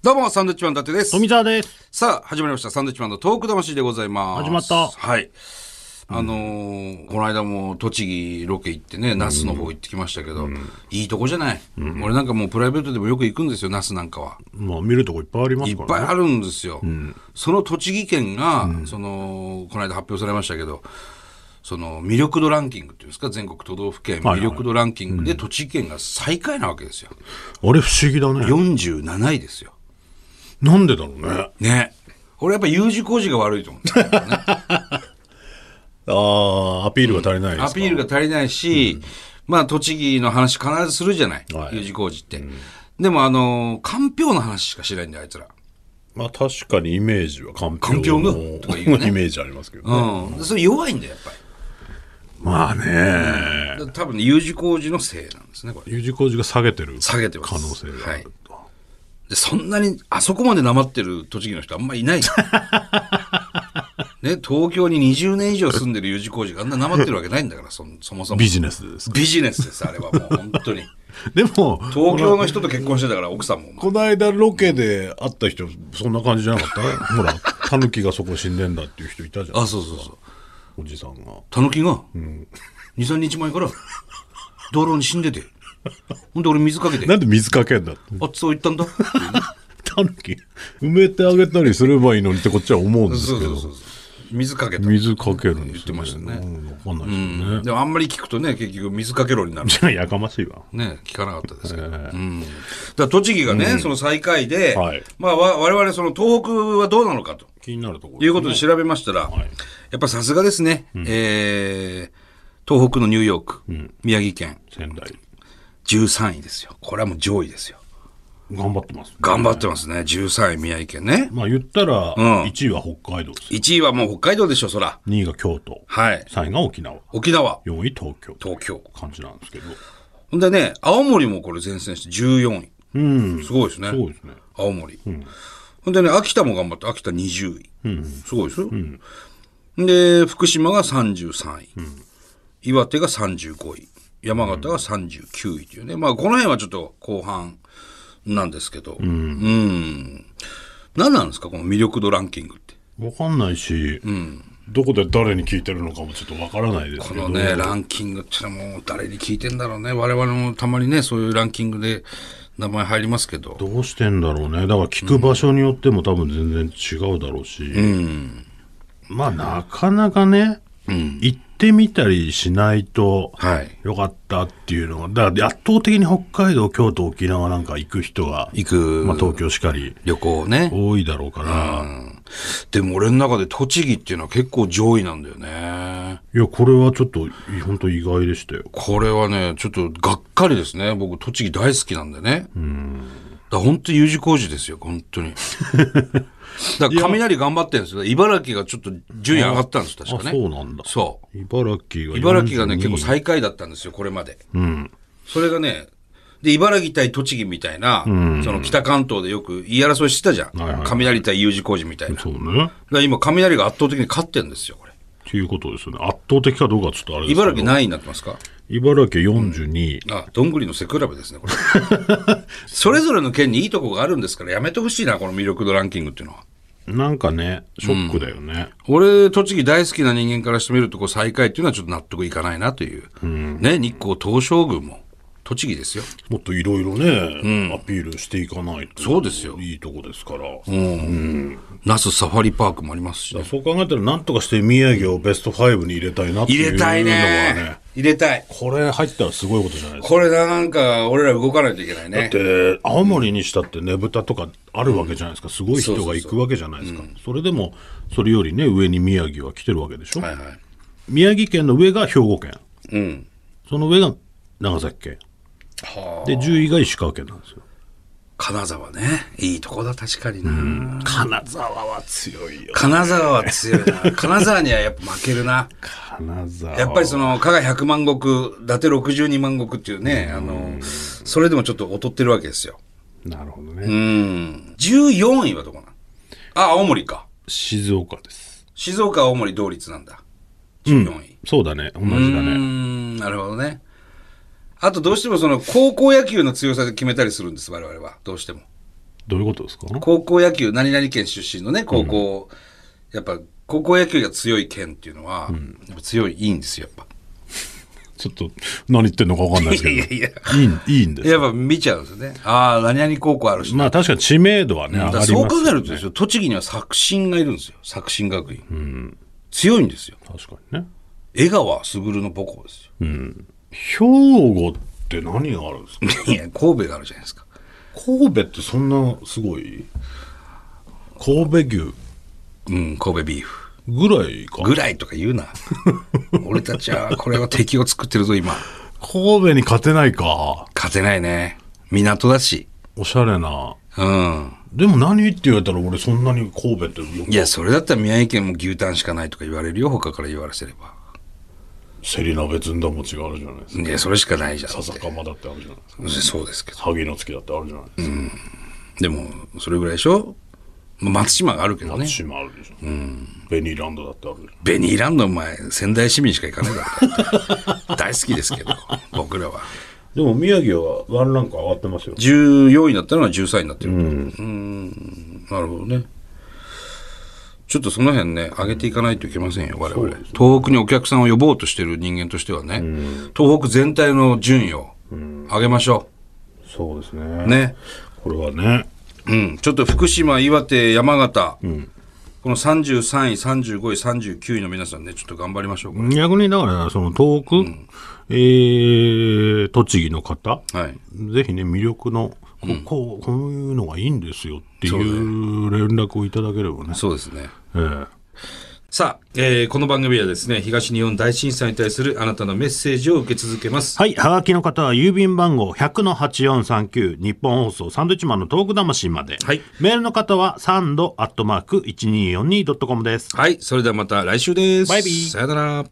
どうも、サンドウィッチマン伊達です。富澤です。さあ、始まりました。サンドウィッチマンのトーク魂でございます。始まったはい。あのーこの間も栃木ロケ行ってね、那須の方行ってきましたけど、いいとこじゃない、俺なんかもうプライベートでもよく行くんですよ、那須なんかは。まあ見るとこいっぱいありまいすっかぱいらね。あるんですよ。その栃木県が、その、この間発表されましたけど、その魅力度ランキングっていうんですか、全国都道府県はい魅力度ランキングで栃木県が最下位なわけですよ。あれ不思議だね。 47位ですよ。なんでだろうね。あね。俺やっぱ U 字工事が悪いと思ってるんだよね。あ、アピールが足りないですか。アピールが足りないし、まあ、栃木の話必ずするじゃない、はい U 字工事って。でも、あのー、かんぴょうの話しかしないんだよ、あいつら。まあ確かにイメージは完完璧璧ののとか言うねイメージありますけどね。うん。でそれ弱いんだよ、やっぱまあね。り。だから多分ね、U 字工事のせいなんですね、これ。 U 字工事が下げてる下げてます可能性があると。で、そんなに、あそこまでなまってる栃木の人あんまい ないじゃん。ね、東京に20年以上住んでる U 字工事があんななまってるわけないんだから、そんそもそも。ビジネスですか。ビジネスです、あれはもう、本当に。でも、東京の人と結婚してたから、奥さんも。この間ロケで会った人、そんな感じじゃなか ったほら、タヌキがそこ死んでんだっていう人いたじゃん。あ、そうそうそう。おじさんが。たぬきが、二三23日前から道路に死んでてほんで俺水かけてなんで水かけんだって。あっそう言ったんだっていうねタヌキ、埋めてあげたりすればいいのにってこっちは思うんですそうけそうどそう。そう水かけた、水かけるんです言ってましたねうんわかんないですよね。でもあんまり聞くとね結局水かけろになるじゃあ、 やかましいわ。ね聞かなかったですけど、えーうん、だから栃木がね、その最下位で、はいまあ、わ我々その東北はどうなのかと気になるところ、いうことで調べましたら、はいやっぱさすがですね、えー東北のニューヨーク、宮城県仙台。 13位ですよこれはもう上位ですよ頑張ってます、頑張ってますね13位宮城県ねまあ言ったら、うん1位は北海道ですよ。 1位はもう北海道でしょ、そら。 2位が京都。はい。 3位が沖縄。沖縄、 4位東京。東京。感じなんですけど。ほんでね、青森もこれ前線して14位。うん。すごいですね。そうですね。青森。ほんでね、秋田も頑張って、秋田20位。すごいですよ。で、福島が33位。岩手が35位。山形が39位というね。まあ、この辺はちょっと後半なんですけど。うん。何なんですか、この魅力度ランキングって。わかんないし、どこで誰に聞いてるのかもちょっとわからないですこけど。のね、ランキングってのはもう誰に聞いてんだろうね。我々もたまにね、そういうランキングで名前入りますけど。どうしてんだろうね。だから聞く場所によっても多分全然違うだろうし。まあなかなかね、行ってみたりしないと、はい。よかったっていうのが、だから圧倒的に北海道、京都、沖縄なんか行く人が、行く、まあ東京しかり、旅行ね。多いだろうから、でも俺の中で栃木っていうのは結構上位なんだよね。いや、これはちょっと、本当意外でしたよ。これはね、ちょっとがっかりですね。僕、栃木大好きなんでね。だから本当に U 字工事ですよ、本 当に。だから雷頑張ってるんですよ。茨城がちょっと順位上がったんです、確かあ、ね。そうなんだ。そう。茨城が42。茨城がね、結構最下位だったんですよ、これまで。それがね、で、茨城対栃木みたいな、その北関東でよく言い争いしてたじゃん。はいはいはい雷対 U 字工事みたいな。だかそうね。ら今、雷が圧倒的に勝ってんですよ、これ。っていうことですよね。圧倒的かどうかちょっとあれですけど。茨城何位になってますか茨城42。あ、どんぐりの背比べですね、 これ。それぞれの県にいいとこがあるんですから、やめてほしいな、この魅力度ランキングっていうのは。なんかね、ショックだよね。俺、栃木大好きな人間からしてみると、こう、最下位っていうのはちょっと納得いかないなという。ね、日光東照宮も、栃木ですよ。もっといろいろね、アピールしていかないと。そうですよいいとこですから。那須サファリパークもありますしねそう考えたら、なんとかして宮城をベスト5に入れたいなってい入うれのはたいねね。入れたい。これ入ったらすごいことじゃないですか。これなんか、俺ら動かないといけないね。で、青森にしたってねぶたとかあるわけじゃないですか。すごい人が行くわけじゃないですか。それでも、それよりね、上に宮城は来てるわけでしょ。はいはい。宮城県の上が兵庫県。うん。その上が長崎県。はあ。で、10位が石川県なんですよ。金沢ね。いいとこだ、確かにな。金沢は強いよ。金沢は強い な。金沢にはやっぱ負けるな。金沢。やっぱりその、加賀100万石、伊達62万石っていうね、あの、それでもちょっと劣ってるわけですよ。なるほどね。うん。14位はどこなんあ、青森か。静岡です。静岡、青森同率なんだ。14位。そうだね。同じだうーね。んなるほどね。あとどうしてもその高校野球の強さで決めたりするんです、我々は。どうしても。どういうことですか高校野球、何々県出身のね、高校、やっぱ高校野球が強い県っていうのは、やっぱ強い、いいんですよ、やっちょっと、何言ってんのかわかんないですぱ。けいど。やいやいいい、いいんでや。すやっぱ見ちゃうんですよね。ああ、何々高校あるし。まあ確かに知名度はね、上がだりかまらすそう考えると。とですよ、栃木には作新がいるんですよ。作新学院。強いんですよ。確かにね。江川卓の母校ですよ。兵庫って何があるんですかいや、神戸があるじゃないですか。神戸ってそんなすごい神戸牛うん、神戸ビーフ。ぐらいか。ぐらいとか言うな。 俺たちは、これは敵を作ってるぞ、今。神戸に勝てないか。勝てないね。港だし。おしゃれな。うん。でも何って言われたら俺そんなに神戸っていや、それだったら宮城県も牛タンしかないとか言われるよ、他から言わせれば。セリ鍋ずんだ餅があるじゃないですか。いや、それしかないじゃんって。笹かまだってあるじゃないですか。そうですけど。萩の月だってあるじゃないですか。でも、それぐらいでしょまあ松島があるけどね松。島あるでしょ。ベニーランドだってあるじゃないベニーランドお前、仙台市民しか行かないだろ。大好きですけど、僕らは。でも宮城はワンランク上がってますよ。 14位だったのが13位になってる。うん。なるほどね。ちょっとその辺ね、上げていかないといけませんよ、我々。東北にお客さんを呼ぼうとしてる人間としてはね、東北全体の順位を上げましょそうですう。ね。ね。これはね、うん、ちょっと福島、岩手、山形、この33位、35位、39位の皆さんね、ちょっと頑張りましょうか。逆にだから、その東北、えー、栃木の方、はい。ぜひね、魅力の、ここう、こういうのがいいんですよっていう連絡をいただければね。そうですね。ええさあ、えーこの番組はですね、東日本大震災に対するあなたのメッセージを受け続けます。はい。はがきの方は、郵便番号100-8439、日本放送、サンドイッチマンのトーク魂まで。はいメールの方は、サンドアットマーク 1242.com です。はい、それではまた来週です。バイビーさよなら。